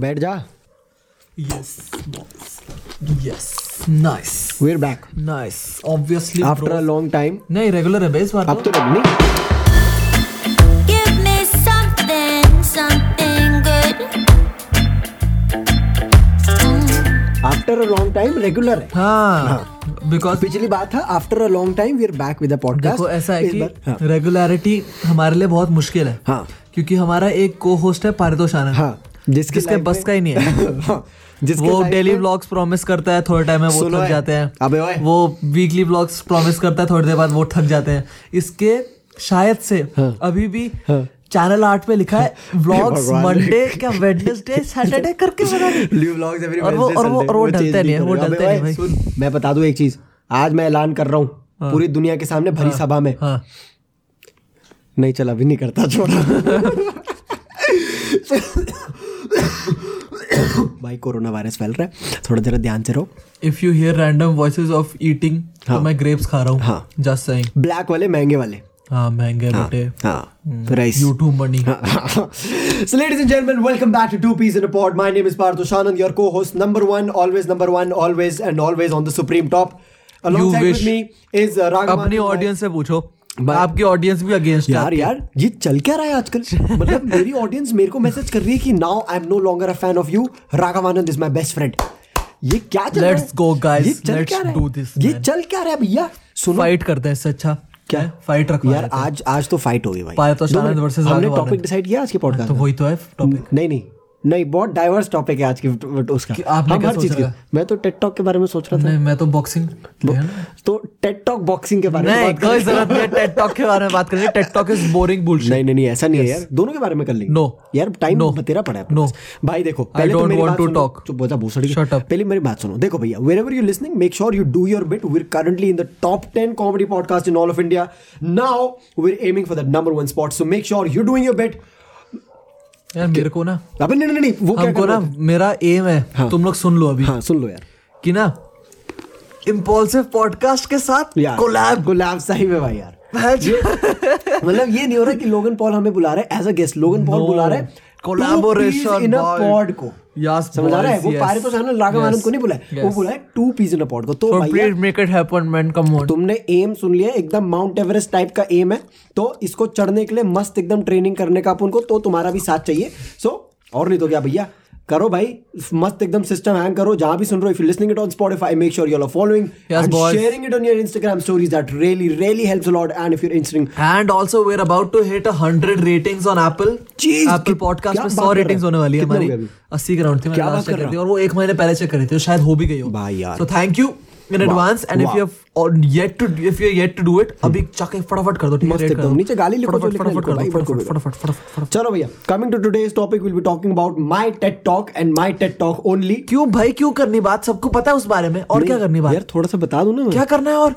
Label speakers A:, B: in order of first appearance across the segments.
A: बैठ जा
B: yes boss yes nice
A: we are back
B: nice obviously
A: after a long time
B: नहीं regular है बे इस बार
A: अब तो नहीं
C: Give me something, something good.
A: After a long time regular है
B: हाँ बिकॉज
A: पिछली बात था after a long time we are back with a podcast
B: देखो ऐसा है
A: हाँ
B: कि रेगुलरिटी हमारे लिए बहुत मुश्किल है
A: हाँ।
B: क्योंकि हमारा एक को होस्ट है पारितोष आनंद
A: हाँ, जिसके
B: जिसके
A: life
B: बस
A: में-
B: का ही नहीं है
A: हाँ, जिसके
B: वो
A: life
B: डेली
A: में-
B: व्लॉग्स प्रॉमिस करता है थोड़े टाइम में वो
A: सुनो
B: थक
A: है।
B: जाते हैं
A: अबे ओए।
B: वो वीकली व्लॉग्स प्रॉमिस करता है थोड़ी देर बाद वो थक जाते हैं इसके शायद से अभी भी चैनल आर्ट पे लिखा है व्लॉग्स
A: हाँ। भगवान।
B: मंडे क्या वेडनेसडे सैटरडे करके बना
A: Live vlogs every
B: और वो-
A: Wednesday,
B: और वो-
A: Sunday,
B: और वो
A: change
B: डलते नहीं है, वो
A: करेगा। अबे
B: डलते नहीं
A: भाई,
B: भाई।
A: सुन, मैं बता दूं एक चीज आज मैं ऐलान कर रहा हूँ पूरी दुनिया के सामने भरी सभा में
B: हाँ
A: नहीं चला भी नहीं करता छोड़ा भाई कोरोना वायरस फैल रहा है थोड़ा जरा ध्यान से रहो
B: if you hear random voices of eating तो
A: हाँ।
B: मैं ग्रेप्स खा रहा हूँ
A: हाँ।
B: जस्ट सेइंग
A: ब्लैक वाले महंगे वाले
B: हाँ महंगे बटे Hmm.
A: हाँ राइस
B: यूट्यूब मनी
A: हाँ। so ladies and gentlemen welcome back to two peas in a pod my name is Parth Anand your co-host number one always number one always and always on the supreme top alongside
B: You
A: with
B: wish.
A: me is uh, Raghavan
B: अपनी
A: and I-
B: audience से पूछो
A: भाई-
B: आपकी audience भी against
A: यार यार ये चल क्या रहा है आजकल मतलब मेरी ऑडियंस मेरे को मैसेज कर रही है कि now I am no longer a fan of you Raghavanand is my best friend ये क्या चल रहा है
B: Let's go, guys.
A: ये चल
B: Let's
A: क्या रहा
B: do
A: है
B: this,
A: ये
B: man.
A: चल क्या रहा है भैया सुनो
B: फाइट करते हैं इससे अच्छा
A: क्या?
B: फाइट रखवा
A: यार
B: लेते हैं।
A: आज आज तो फाइट होगी भाई
B: पारितोष
A: दो
B: आनंद
A: मिनट,
B: versus
A: हमने
B: राघवानंद।
A: टॉपिक डिसाइड किया आज के पॉडकास्ट
B: तो वही तो है टॉपिक
A: नहीं नहीं नहीं बहुत डाइवर्स टॉपिक है आज की but उसका
B: कि आपने
A: हम
B: क्या
A: हर
B: सोच
A: चीज के
B: रखा
A: मैं तो टेट टॉक के बारे में सोच रहा
B: नहीं मैं तो बॉक्सिंग
A: था तो टेट टॉक बॉक्सिंग के बारे में
B: नहीं
A: बात
B: कोई
A: करें।
B: जरूरत नहीं है टेट टॉक के बारे में बात करेंगे TET talk is boring bullshit
A: नहीं नहीं नहीं ऐसा नहीं है यार दोनों के बारे में कर लेंगे
B: No.
A: यार टाइम
B: No.
A: बतेरा पड़ा है अपने
B: No.
A: पास। भाई देखो पहले तो
B: don't
A: मेरी
B: want
A: बात
B: to
A: सुनो
B: talk.
A: चुप हो जा भूसड़ी की।
B: Shut up.
A: पहले मेरी बात सुनो देखो भैया wherever you listening make sure you do your bit we are currently in the top 10 comedy podcast in all of India now we are aiming for the number 1 spot so make sure you doing your bit
B: यार मेरे को ना
A: अबे नहीं नहीं नहीं वो क्या
B: हमको
A: कर रहे
B: ना
A: हो?
B: मेरा एम है तुम लोग सुन लो अभी
A: हाँ सुन लो यार
B: कि ना इम्पल्सिव पॉडकास्ट के साथ
A: यार
B: कोलैब
A: गुलाब सही में भाई यार
B: कोलैबोरेशन
A: मतलब ये नहीं हो रहा कि लोगन पॉल हमें बुला रहा है as a guest Logan Paul बुला रहा है इन अ पॉड को
B: यस
A: समझ आ रहा है वो पारे तो सामने राघव आनंद को नहीं बुलाया वो बुलाया two peas in a pod को तो भैया
B: please make it happen man come on
A: तुमने एम सुन लिया एकदम माउंट एवरेस्ट टाइप का एम है तो इसको चढ़ने के लिए मस्त एकदम ट्रेनिंग करने का अपन को तो तुम्हारा भी साथ चाहिए सो और नहीं तो क्या भैया करो भाई मस्त एकदम सिस्टम हैंग करो जहां भी सुन रहे हो if you listening it on Spotify make sure you are following
B: Yes,
A: and
B: boys.
A: Sharing it on your Instagram stories that really really helps a lot and if you are insisting
B: and also we're about to hit hundred ratings on Apple
A: Jeez,
B: Apple
A: कि-
B: podcast
A: क्या
B: में
A: बात
B: सौ
A: कर रहे
B: ratings
A: हो?
B: होने वाली है
A: कितने हो
B: हमारी
A: गए अभी?
B: अस्सी के राउंड थी मैंने
A: क्या बात
B: last
A: कर
B: check करी
A: रहे
B: थी और वो एक महीने पहले चेक करी थी और शायद हो भी गई हो
A: भाई यार।
B: सो थैंक यू इन
A: वाह,
B: एडवांस एंड इफ
A: वाह। Hmm.
B: You have yet to if you yet to do it अभी जाके फटाफट कर दो ठीक है
A: मस्त
B: rate कर
A: एकदम।
B: दो।
A: नीचे गाली लिखो, जो
B: फटाफट
A: लिखना है
B: फटाफट कर
A: लिखो,
B: दो
A: भाई,
B: फटाफट
A: बिल्कुल,
B: फटाफट फटाफट
A: चलो भैया coming to today's topic will be talking about my Tate talk and my Tate talk only
B: क्यों भाई क्यों करनी बात सबको पता है उस बारे में और क्या करनी
A: यार तो
B: बात
A: थोड़ा सा बता दूं ना मैं
B: क्या करना है और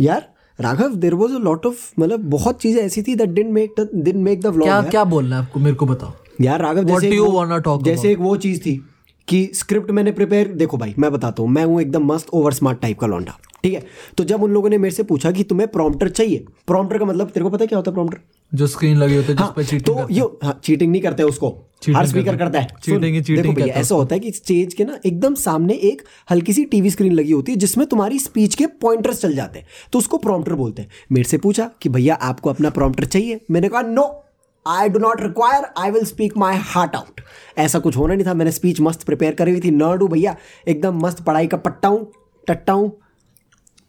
A: यार Raghav there was a lot of मतलब बहुत चीजें ऐसी थी that didn't make didn't make the vlog
B: क्या
A: यार,
B: क्या बोलना है आपको मेरे को बताओ
A: यार राघव
B: What
A: जैसे
B: do
A: एक
B: you
A: वो-
B: wanna talk
A: जैसे एक वो चीज थी कि स्क्रिप्ट मैंने प्रिपेयर देखो भाई मैं बताता हूँ मैं हूँ एकदम मस्त ओवर स्मार्ट टाइप का लौंडा ठीक है तो जब उन लोगों ने मेरे से पूछा कि तुम्हें प्रॉम्प्टर चाहिए प्रॉम्प्टर का मतलब तेरे को पता है क्या होता है प्रॉम्प्टर
B: जो स्क्रीन लगी होती है जिस
A: हाँ,
B: पे चीटिंग
A: तो ये हाँ चीटिंग नहीं करते उसको
B: Cheating
A: हर स्पीकर
B: करते हैं।
A: करता है
B: Cheating
A: सुन,
B: ही cheating
A: देखो भैया
B: करता है
A: ऐसा होता है कि स्टेज के ना एकदम सामने एक हल्की सी टीवी स्क्रीन लगी होती है जिसमें तुम्हारी स्पीच के पॉइंटर्स चल जाते हैं तो उसको प्रॉम्प्टर बोलते हैं मेरे से पूछा कि भैया आपको अपना प्रॉम्प्टर चाहिए मैंने कहा no I do not require I will speak my heart out ऐसा कुछ होना नहीं था मैंने स्पीच मस्त प्रिपेयर करी हुई थी नर्ड हूँ भैया एकदम मस्त पढ़ाई का पट्टा हूँ टट्टा हूँ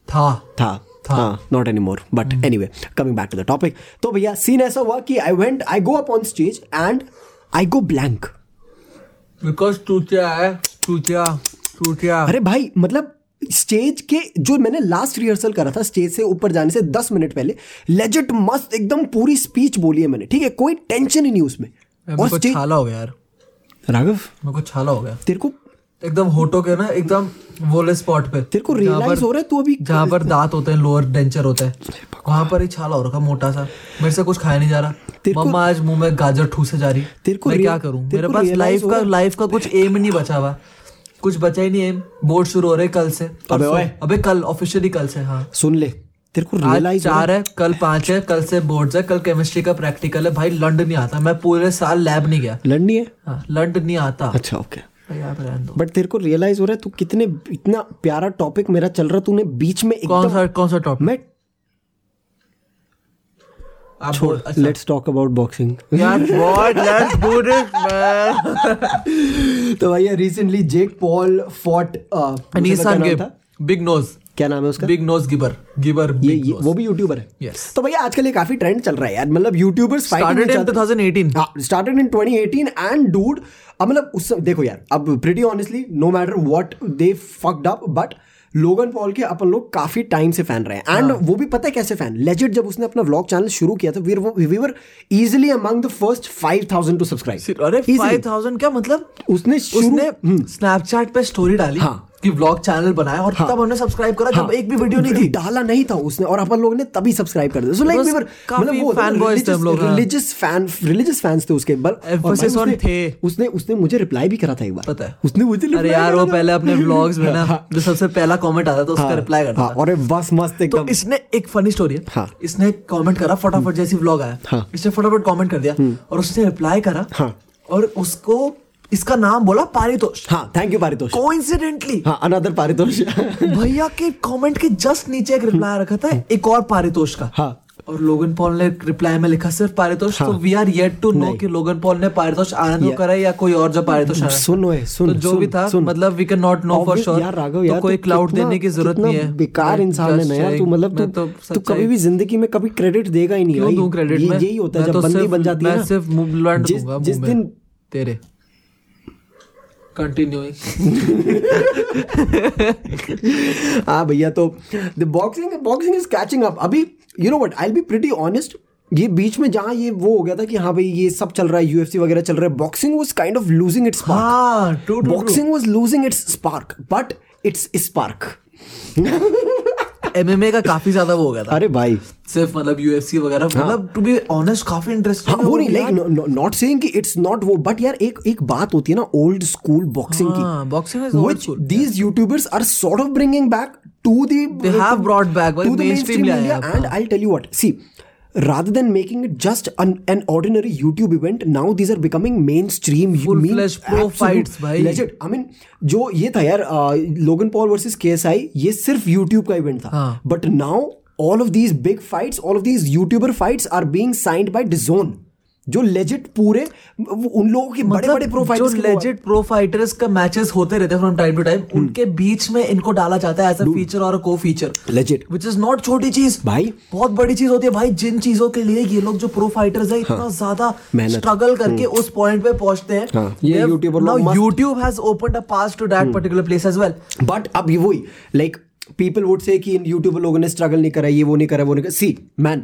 B: था Hmm.
A: था हाँ not anymore but anyway coming back to the topic तो भैया सीन ऐसा हुआ कि I went I go up on stage and I go blank
B: because चूतिया है चूतिया चूतिया
A: अरे भाई मतलब स्टेज के जो मैंने लास्ट रिहर्सल करा था स्टेज से ऊपर जाने से दस मिनट पहले लेजिट मस्त एकदम पूरी स्पीच बोली है मैंने ठीक है कोई टेंशन ही नहीं उसमें
B: मेरे को
A: stage-
B: छाला हो गया यार
A: राघव
B: मेरे को छाला हो गया
A: तेरे को
B: एकदम होटो के ना एकदम वोले स्पॉट पे
A: तेरे को
B: जहाँ पर-
A: रियलाइज हो रहा है तू अभी
B: जहाँ पर दांत होते हैं लोअर डेंचर होता है वहां पर ही छाला हो रखा है, मोटा सा मेरे से कुछ खाया नहीं जा रहा
A: तेरे को-
B: मम्मा आज मुंह में गाजर ठूसे जा रही
A: तेरे को
B: मैं
A: रे-
B: क्या करूं
A: तेरे
B: मेरे
A: को
B: पास
A: realize
B: लाइफ
A: हो
B: का
A: रहा है-
B: लाइफ का कुछ एम ही नहीं बचा हुआ कुछ बचा ही नहीं एम बोर्ड शुरू हो रहे कल से
A: अबे
B: परसों-
A: ओए।
B: अबे कल ऑफिशियली कल से हाँ
A: सुन ले तेरे को
B: आज
A: रियलाइज
B: चार है कल पांच है कल से बोर्ड है कल केमिस्ट्री का प्रैक्टिकल है भाई लंड नहीं आता मैं पूरे साल लैब नहीं गया
A: लड़ नहीं है
B: हाँ, लंड नहीं आता
A: अच्छा ओके
B: भाई आप रहने दो
A: बट तेरे को रियलाइज हो रहा है तू कितने इतना प्यारा टॉपिक मेरा चल रहा है, तूने बीच में
B: कौन
A: एकदम
B: सा कौन सा टॉप
A: मैं
B: आप
A: छोड़
B: बोल- अच्छा,
A: लेट्स टॉक अबाउट बॉक्सिंग
B: यार बहुत लेट्स डू दिस मैन
A: तो भैया रिसेंटली जेक पॉल फॉट
B: हाँ,
A: अच्छा,
B: निसान के बिग नोज
A: क्या नाम है उसका
B: बिग नोज गिबर गिबर
A: ये,
B: बिग
A: ये वो भी यूट्यूबर है
B: Yes.
A: तो भैया आजकल ये काफी ट्रेंड चल रहा है यार मतलब यूट्यूबर्स
B: स्टार्टेड इन 2018
A: हाँ, स्टार्टेड इन 2018 एंड डूड अब मतलब उस समय देखो यार अब pretty honestly no matter what they fucked up but Logan Paul के अपन लोग काफी टाइम से फैन रहे हैं एंड
B: हाँ।
A: वो भी पता है कैसे फैन लेजिट जब उसने अपना व्लॉग चैनल शुरू किया था we we were easily among the first 5000 to subscribe
B: अरे 5000 क्या मतलब
A: उसने शुरू- हम्म।
B: उसने स्नैपचैट पे स्टोरी डाली
A: हाँ।
B: कि व्लॉग चैनल बनाया और तब हमने सब्सक्राइब करा जब एक भी वीडियो नहीं थी
A: डाला नहीं था उसने और अपन लोगों ने तभी सब्सक्राइब कर दिया सो लाइक
B: बस
A: वी वर
B: काफी fanboys थे हम लोग, हाँ।
A: रिलीजियस फैन रिलीजियस फैंस थे उसके बल और भाई
B: Emphasis on
A: उसने-
B: थे।
A: उसने उसने मुझे रिप्लाई भी करा था एक बार
B: पता है
A: उसने मुझे
B: अरे
A: reply
B: यार वो
A: करा था।
B: पहले अपने व्लॉग्स में ना जो सबसे पहला कमेंट आता था उसका
A: हाँ,
B: रिप्लाई करता
A: हाँ,
B: था
A: और ये बस मस्त
B: तो
A: एकदम
B: इसने एक फनी स्टोरी है
A: हाँ।
B: इसने कमेंट करा फटाफट जैसी व्लॉग आया
A: हाँ। हम्म।
B: इसने फटाफट कमेंट कर दिया और उसने रिप्लाई करा
A: हाँ।
B: और उसको इसका नाम बोला पारितोष
A: हाँ थैंक यू पारितोष
B: कोइंसिडेंटली
A: हाँ अनदर पारितोष
B: भैया के कमेंट के जस्ट नीचे एक रिप्लाई रखा था एक और पारितोष का
A: हम्म। हाँ।
B: और लोगन पॉल ने रिप्लाई में लिखा सिर्फ पारितोष तो we are yet to know
A: नहीं।
B: कि लोगन पॉल ने पारितोष आनंद को
A: Yeah.
B: करा है या कोई और जो पारितोष आनंद
A: सुन ओए, सुन,
B: तो जो
A: सुन,
B: भी था
A: सुन।
B: मतलब we can not know for
A: Obvious-
B: sure
A: यार राघव यार
B: तो कोई
A: तू
B: क्लाउड
A: कितना-
B: देने की जरूरत
A: कितना
B: नहीं है
A: बेकार
B: मैं
A: इंसान है
B: just
A: ना यार तू
B: saying,
A: मतलब
B: मैं
A: तू
B: तो
A: तू कभी
B: सच्चाई-
A: भी जिंदगी में कभी क्रेडिट देगा ही नहीं
B: क्यों
A: भाई।
B: दूं क्रेडिट
A: ये-
B: में
A: यही होता है
B: मैं
A: जब
B: तो
A: बंदी
B: सिर्फ-
A: बन जाती है
B: मैं
A: ना,
B: सिर्फ मूवमेंट
A: जिस-
B: दूंगा
A: जिस
B: मुंह में।
A: दिन
B: तेरे कंटिन्यू
A: हाँ भैया तो the boxing boxing is catching up अभी you know what I be pretty honest ये बीच में जहाँ ये वो हो गया था कि हाँ भाई ये सब चल रहा है यूएफसी वगैरह चल रहा है boxing was kind of losing its spark
B: हाँ true, true, true.
A: Boxing was losing its spark but its spark
B: MMA का काफी ज्यादा वो हो गया था
A: अरे भाई
B: सिर्फ मतलब UFC वगैरह मतलब टू बी ऑनेस्ट काफी
A: हाँ
B: इंटरेस्टिंग
A: वो नहीं लाइक नॉट सेइंग कि इट्स नॉट वो बट यार एक एक बात होती है ना ओल्ड स्कूल बॉक्सिंग
B: हाँ,
A: की
B: boxing is old
A: which
B: school.
A: These YouTubers are sort of bringing back to the
B: They have brought back, भाई, mainstream हाँ। ले आए आप,
A: and I'll tell you what, see, rather than making it just an, an ordinary YouTube event, now these are becoming mainstream. you mean
B: Full-fledged pro
A: absolute
B: fights, भाई।
A: legit. I mean, जो ये था यार Logan Paul versus KSI ये सिर्फ YouTube का event था
B: हाँ।
A: But now all of these big fights all of these YouTuber fights are being signed by disowned जो लेजिट पूरे वो उन लोगों के हम्म। बड़े बड़े प्रो
B: मतलब जो
A: फाइटर्स
B: लेजेंड प्रो फाइटर्स का मैचेस होते रहते हैं फ्रॉम टाइम टू टाइम उनके बीच में इनको डाला जाता है एज अ फीचर और को feature
A: legit
B: which is not छोटी चीज
A: भाई।
B: बहुत बड़ी चीज होती है भाई जिन चीजों के लिए ये लोग जो प्रो फाइटर्स है इतना ज्यादा
A: हाँ। मेहनत। हम्म।
B: स्ट्रगल करके उस पॉइंट पे पहुंचते हैं
A: हाँ, ये YouTuber लोग मस्त- हम्म।
B: YouTube has opened a pass to that particular place as well
A: but अब ये वही लाइक पीपल वुड से कि इन यूट्यूबर लोगों ने स्ट्रगल नहीं करा ये वो नहीं करा वो नहीं करा see man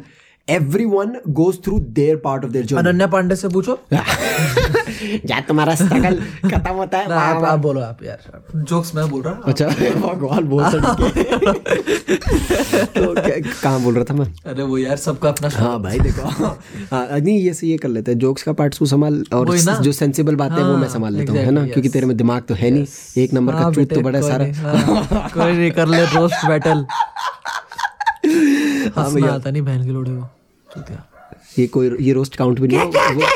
A: every one goes through their part of their journey
B: Ananya Pandey से पूछो
A: जा तुम्हारा स्ट्रगल खत्म होता है
B: ना, आप आप बोलो आप यार जोक्स मैं बोल रहा हूँ
A: अच्छा भगवान बोल सकते तो क्या- कहाँ बोल रहा था मैं
B: अरे वो यार सबका अपना
A: हाँ भाई देखो हाँ नहीं ये से ये कर लेते हैं जोक्स का पार्ट तू संभाल और
B: वही ना।
A: जो सेंसिबल बात है वो मैं
B: हाँ,
A: संभाल लेता हूँ है ना
B: exactly,
A: क्योंकि
B: yes.
A: तेरे में दिमाग तो है नहीं एक नंबर का
B: हाँ,
A: चूत तो
B: बेटे,
A: बड़ा है
B: कोई
A: सारा
B: नहीं, हाँ, कोई नहीं कर ले रोस्ट बैटल
A: हाँ,
B: हंसना आता नहीं बहन के लोड़े को चूतिया।
A: ये कोई ये रोस्ट काउंट भी नहीं होगा वो-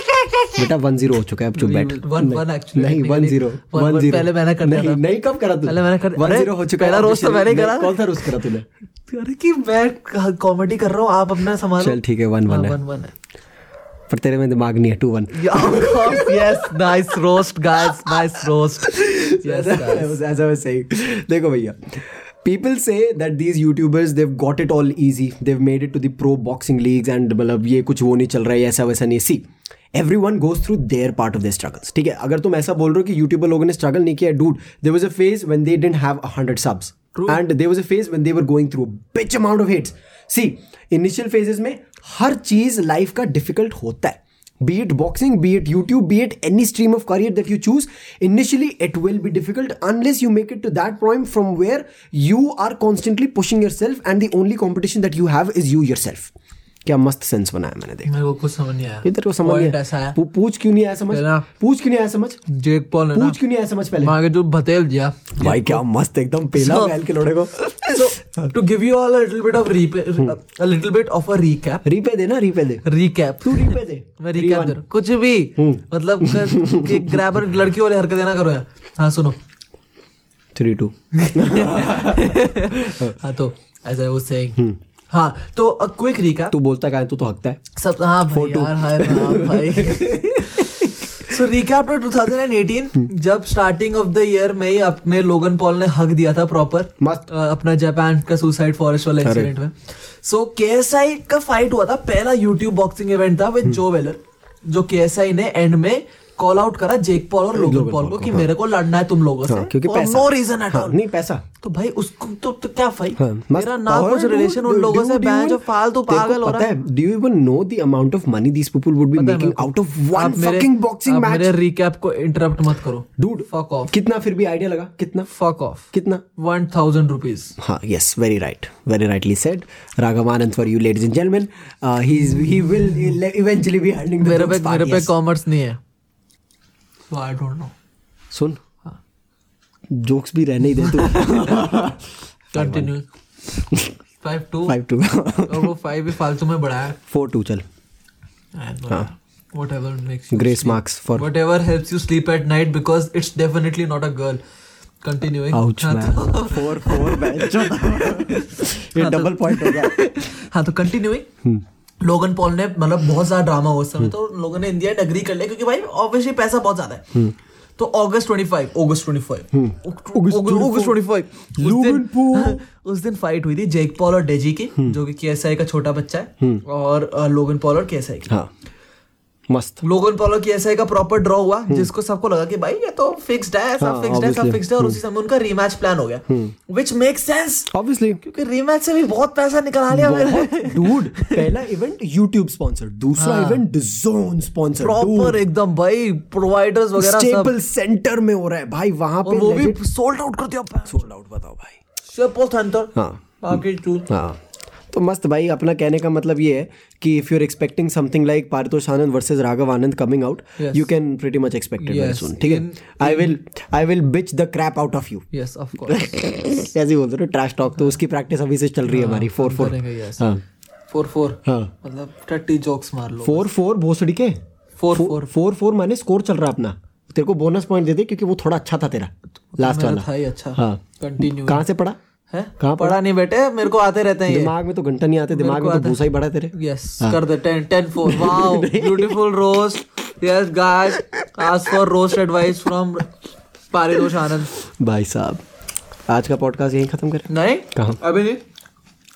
A: बेटा वन जीरो हो चुका है अब चुप बैठ
B: One- one
A: नहीं,
B: actually,
A: नहीं
B: technically.
A: One zero
B: One- one पहले मैंने कर दिया
A: नहीं
B: था।
A: नहीं कब करा तूने
B: पहले मैंने कर-
A: वन
B: अरे,
A: जीरो हो चुका है
B: पहला roast तो
A: officially।
B: मैंने ही
A: नहीं,
B: करा।
A: कौन सा रोस्ट करा तूने
B: अरे कि मैं कॉमेडी कर रहा हूँ आप अपना संभाल
A: चल ठीक है वन वन है
B: वन वन है
A: पर तेरे में दिमाग नहीं है two one
B: yes nice roast guys nice roast yes
A: as I was saying. देखो भैया People say that these YouTubers they've got it all easy. They've made it to the pro boxing leagues and मतलब ये कुछ वो नहीं चल रहा है ऐसा वैसा नहीं see every one goes through their part of the struggles ठीक है अगर तुम ऐसा बोल रहे हो कि यूट्यूबर लोगों ने स्ट्रगल नहीं किया dude there was a phase when they didn't have a hundred subs and there was a phase when they were going through a bitch amount of hates see initial phases में हर चीज life का difficult होता है be it boxing be it youtube be it any stream of career that you choose initially it will be difficult unless you make it to that point from where you are constantly pushing yourself and the only competition that you have is you yourself क्या मस्त sense बनाया मैंने देखा
B: मेरे को कुछ समझ नहीं आया
A: ये तेरे को समझ
B: Point
A: नहीं आया?
B: ऐसा है
A: पू- पूछ क्यों नहीं आया समझ
B: है ना?
A: पूछ क्यों नहीं आया समझ
B: जेक पॉल ने ना
A: पूछ क्यों नहीं आया समझ पहले
B: मांगे जो बतेल दिया
A: भाई क्या मस्त एकदम पेला
B: So-
A: बैल के लोड़े को
B: so to give you all a little bit of repa- a little bit of a recap
A: repay दे ना रीपे दे
B: recap
A: तू रीपे दे
B: मैं recap कर कुछ भी मतलब कर- कि ग्रैबर लड़की वाली हरकतें ना करो यार हाँ सुनो
A: थ्री टू
B: हाँ तो as I was saying हाँ तो a quick recap
A: तू बोलता क्या है? तू तो हकता है
B: सब हाँ भाई यार हाय राम भाई सो रिकैप 2018
A: हम्म।
B: जब स्टार्टिंग ऑफ द ईयर में ही अपने लोगन पॉल ने हक दिया था प्रॉपर
A: मस्त।
B: अपना जापान का सुसाइड फॉरेस्ट वाला एक्सीडेंट में सो केएसआई का फाइट हुआ था पहला यूट्यूब बॉक्सिंग इवेंट था
A: हम्म।
B: विद जो वेलर जो केएसआई ने एंड में कॉल आउट करा जेक पॉल और लोगन पॉल को कि मेरे को लड़ना है तुम लोगों
A: हाँ,
B: से
A: क्योंकि पैसा
B: नो रीजन एट
A: हाँ,
B: ऑल
A: नहीं पैसा
B: तो भाई उसको तो, तो क्या फाइट
A: हाँ, मस्त
B: मेरा ना
A: और
B: कुछ
A: dude,
B: रिलेशन उन
A: dude,
B: लोगों
A: dude,
B: से
A: do you
B: बहन जो
A: even-
B: फालतू
A: तेरे को
B: पागल हो रहा
A: पता है do you even know the amount of money these people would be making out of one fucking boxing match
B: मेरे रिकैप को इंटरप्ट मत करो
A: डूड
B: फक ऑफ
A: कितना फिर भी आइडिया लगा कितना
B: फक ऑफ
A: कितना
B: वन थाउजेंड रुपीज
A: हाँ yes very right very rightly said Raghav Anand for you ladies and gentleman he is he will eventually be handling the
B: मेरे पे
A: drugs part,
B: मेरे पे
A: yes.
B: कॉमर्स नहीं है सो आई डोंट नो
A: सुन jokes भी रहने ही दे तू
B: continue five two
A: five to
B: और Oh, वो फाइव भी फालतू में बढ़ाया
A: फोर टू चल
B: whatever makes
A: grace marks for
B: whatever helps you sleep at night because it's definitely not a girl continuing
A: ouch
B: तो
A: मैन फोर फोर ये double point हो गया
B: हाँ तो कंटिन्यूइंग
A: हम्म।
B: लोगन पॉल ने मतलब बहुत ज्यादा ड्रामा हुआ उस समय तो लोगों ने इंडिया एग्री कर लिया क्योंकि भाई ऑब्वियसली पैसा बहुत ज्यादा
A: हम्म।
B: है तो अगस्त 25 अगस्त 25 अगस्त 25 उस दिन उस दिन फाइट हुई थी जेक पॉल और डेजी की
A: हम्म।
B: जो कि केएसआई का छोटा बच्चा है और अ, लोगन पॉल और केएसआई की
A: हाँ मस्त
B: लोगन पॉल और केएसआई का प्रॉपर ड्रॉ हुआ जिसको सबको लगा कि भाई ये तो फिक्स्ड है सब
A: हम्म। हाँ,
B: फिक्स्ड है
A: obviously.
B: सब
A: हम्म।
B: फिक्स्ड है और उसी समय उनका रीमैच प्लान हो गया व्हिच मेक सेंस
A: ऑब्वियसली
B: क्योंकि रीमैच से भी बहुत पैसा निकला लिया मैंने
A: डूड पहला इवेंट YouTube स्पॉन्सर्ड दूसरा
B: हाँ।
A: इवेंट जोन स्पॉन्सर्ड
B: प्रॉपर एकदम भाई प्रोवाइडर्स वगैरह सब
A: स्टेपल सेंटर में हो रहा है भाई वहां
B: और
A: पे
B: वो भी सोल्ड आउट कर दिया
A: सोल्ड आउट बताओ भाई
B: सिर्फ अंतर
A: हाँ।
B: बाकी टू
A: हाँ तो मस्त भाई अपना कहने का मतलब ये है कि if you are expecting something like Paritosh Anand versus Raghav Anand coming out
B: Yes.
A: You can pretty much expected very
B: Yes.
A: Soon ठीक है I will I will bitch the crap out of you
B: yes of course
A: ऐसे ही बोलते हो trash talk तो उसकी practice अभी से चल रही है हमारी फोर फोर
B: करेंगे यस
A: हाँ
B: 4 4
A: हाँ।
B: मतलब 30 जोक्स मार लो
A: फोर फोर भोसड़ी के
B: 4
A: फोर फोर फोर माने स्कोर चल रहा है अपना तेरे को बोनस पॉइंट दे दे क्योंकि वो थोड़ा अच्छा था तेरा लास्ट
B: मेरा
A: वाला
B: था ही अच्छा
A: हाँ
B: कंटिन्यू
A: कहाँ से पड़ा
B: है
A: कहाँ पढ़ा?
B: पढ़ा नहीं बेटे मेरे को आते रहते हैं ये
A: दिमाग हाँ। में तो घंटा नहीं आते दिमाग में तो भूसा ही पड़ा है तेरे
B: यस कर दे 10 10 4 wow beautiful roast yes guys ask for roast advice from Paritosh Anand
A: भाई साहब आज का पॉडकास्ट यहीं खत्म करें
B: नहीं
A: कहाँ?
B: अभी नहीं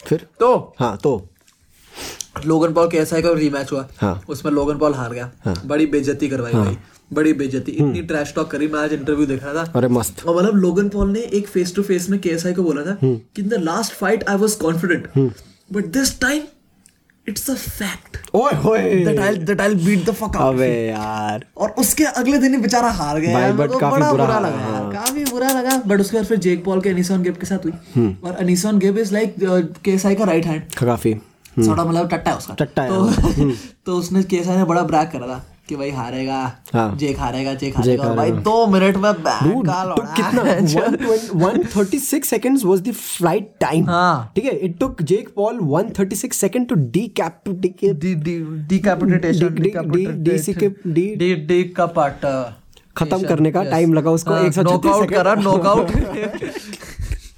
A: फिर
B: तो
A: हाँ तो
B: लोगन पॉल कैसा है का रीमैच हुआ
A: हाँ।
B: उसमें लोगन पॉल हार गया बड़ी बेइज्जती करवाई भाई बड़ी बेइज्जती
A: हम्म।
B: इतनी ट्रैश टॉक करी मैं आज इंटरव्यू देख रहा था
A: अरे मस्त
B: और मतलब लोगन पॉल ने एक फेस टू फेस में केएसआई को बोला था
A: हम्म।
B: कि in the last fight I was confident but this time it's a fact
A: ओए होए
B: that I that I beat the fuck out
A: हम्म। अबे यार
B: और उसके अगले दिन ही बेचारा हार गया
A: भाई,
B: यार, मेरे
A: but
B: को
A: काफी
B: बड़ा
A: बुरा हाँ।
B: बुरा
A: हाल
B: लगा
A: है,
B: यार, काफी बुरा लगा बट उसके बाद फिर जेक पॉल के अनिसॉन गेब के साथ हुई
A: हम्म।
B: और अनिसॉन गेब इज लाइक केएसआई का राइट हैंड
A: काफी
B: सौदा मतलब टट्टा है उसका
A: हम्म। टट्टा है, हाँ। हम्म।
B: तो, तो उसने केसा ने बड़ा ब्रैक करा था कि भाई हारेगा
A: हाँ।
B: जेक हारेगा जेक हारेगा और भाई दो मिनट में बैन का
A: तो
B: लौड़ा अच्छा।
A: कितना
B: है।
A: 136 seconds was the flight time
B: हाँ।
A: ठीक है it took Jake Paul 136 second to decap to decap
B: de de decapitation
A: de- de-
B: decapitation-
A: de- सी के- डी-
B: डी डी का uh, पार्ट
A: खत्म करने का टाइम लगा उसको एक सौ
B: नॉकआउट हाँ, करा नॉकआउट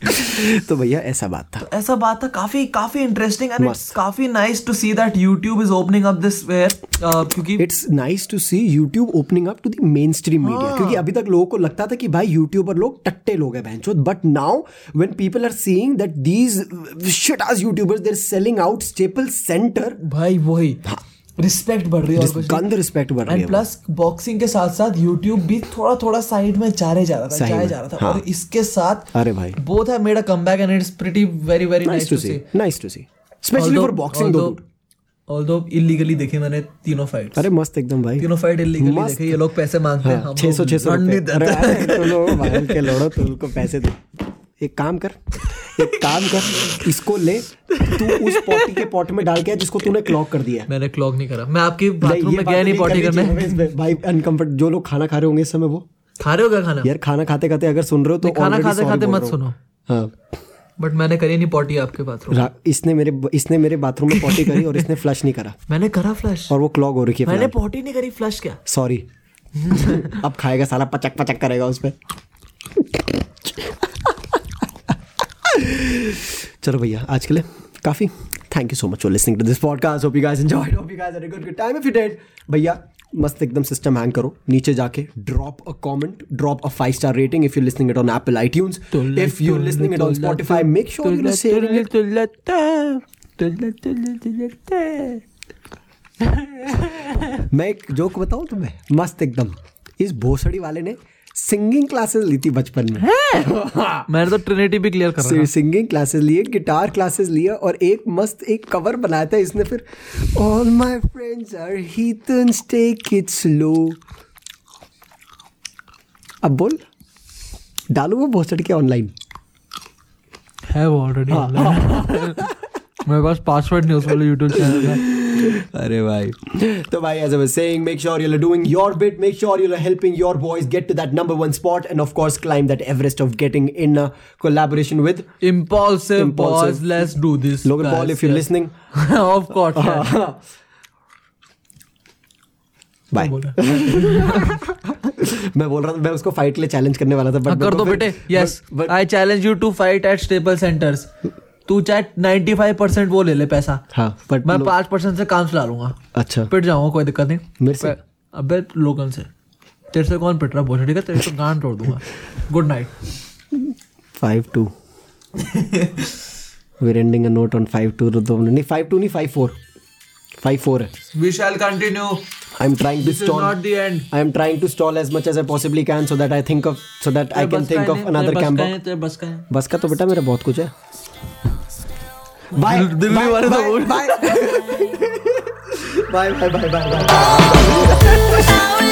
A: तो भैया ऐसा बात था
B: ऐसा बात था काफी काफी इंटरेस्टिंग एंड इट्स काफी nice to see that YouTube is opening up this where uh, क्योंकि
A: it's nice to see YouTube opening up to the mainstream
B: हाँ।
A: मीडिया क्योंकि अभी तक लोगों को लगता था कि भाई यूट्यूबर लोग टट्टे लोग हैं बहनचोद but now when people are seeing that these shit आज YouTubers they are selling out Staple Center
B: भाई वही
A: हाँ।
B: रिस्पेक्ट बढ़ रही है और कुछ नहीं।
A: गंद रिस्पेक्ट बढ़ रही
B: एंड
A: है
B: प्लस बॉक्सिंग के साथ साथ यूट्यूब भी थोड़ा थोड़ा साइड में चारे जा रहा था
A: सही
B: चाहे
A: में,
B: जा रहा था
A: हाँ।
B: और इसके साथ
A: अरे भाई।
B: Both have made a comeback and it's pretty very very
A: nice
B: nice
A: to see nice to see specially for boxing though
B: although illegally देखी मैंने तीनों फाइट्स
A: अरे मस्त एकदम भाई
B: तीनों फाइट इलीगली
A: मस्त।
B: देखी ये लोग पैसे मांगते हैं हम
A: छः सौ
B: लोग
A: छः सौ
B: रन नहीं देते।
A: के लोड़ो तुमको पैसे दो एक काम कर एक काम कर इसको ले तू उस पॉटी के पॉट में डाल के आ, जिसको तूने क्लॉक कर दिया है।
B: मैंने क्लॉग नहीं करा मैं आपके
A: नहीं,
B: बाथरूम
A: ये
B: में
A: बात
B: गया नहीं
A: नहीं
B: पॉटी
A: करनी
B: करने
A: चाहिए इसमें। भाई अनकम्फर्ट जो लोग खाना खा रहे होंगे इस समय वो
B: खा रहे हो क्या खाना
A: यार खाना खाते खाते अगर सुन रहे हो तो
B: नहीं, खाना
A: already
B: खाते
A: sorry
B: खाते
A: बोल
B: मत
A: रहा हूँ।
B: सुनो
A: हाँ
B: बट मैंने करी नहीं पॉटी आपके बाथरूम
A: रा- इसने मेरे इसने मेरे बाथरूम में पॉटी करी और इसने फ्लश नहीं करा
B: मैंने करा फ्लश
A: और वो क्लॉग हो रखी
B: मैंने
A: है
B: पॉटी नहीं करी फ्लश क्या
A: सॉरी अब खाएगा साला पचक पचक करेगा उस पर चलो भैया आज के लिए काफ़ी thank you so much for listening to this podcast hope you guys enjoyed hope you guys had a good time if you did भैया मस्त एकदम सिस्टम हैंग करो नीचे जाके drop a comment drop a five star rating if you listening it on Apple iTunes if you listening it on Spotify make sure you sharing it मैं एक joke बताऊं तुम्हें मस्त एकदम इस भोसड़ी वाले ने सिंगिंग क्लासेस ली थी बचपन में
B: मैंने तो ट्रिनिटी भी क्लियर
A: हाँ।
B: करा
A: सिंगिंग क्लासेस लिए गिटार क्लासेस लिया और एक मस्त एक कवर बनाया था इसने फिर all my friends are heathens take it slow अब बोल डालू वो भोसड़ के ऑनलाइन
B: है वो ऑलरेडी मेरे पास पासवर्ड नहीं उस वाले यूट्यूब चैनल का
A: अरे भाई तो भाई as I was saying make sure you're doing your bit make sure you're helping your boys get to that number one spot and of course climb that Everest of getting in a collaboration with
B: impulsive
A: Impulsive.
B: Pause let's do this
A: Logan Paul if you're listening
B: of course
A: buy मैं बोल रहा था मैं उसको fight के लिए challenge करने वाला था तो
B: हाँ,
A: बट
B: कर दो बेटे yes I challenge you to fight at Staple Centers तू चाहे 95% वो ले ले पैसा
A: हाँ, but
B: मैं
A: लो-
B: 5% से काम चला लूंगा
A: अच्छा
B: पिट जाऊंगा कोई दिक्कत नहीं
A: मेरे से?
B: पर- अबे लोकल से तेरे से कौन पिट रहा बोझ ठीक है तेरे को गांड तोड़ दूंगा good night
A: five to we're ending a note on five two तो हमने- नहीं फाइव टू नहीं फाइव फोर फाइव फोर है
B: we shall continue
A: I am trying to
B: this is not
A: stall
B: the end
A: I am trying to stall as much as I possibly can so that I think of so that I can think of another camp
B: तेरे बस का है
A: बस का तो बेटा मेरा बहुत कुछ है बाय
B: दिल- दिल्ली वाले तो बोल-
A: bye bye bye bye
C: I will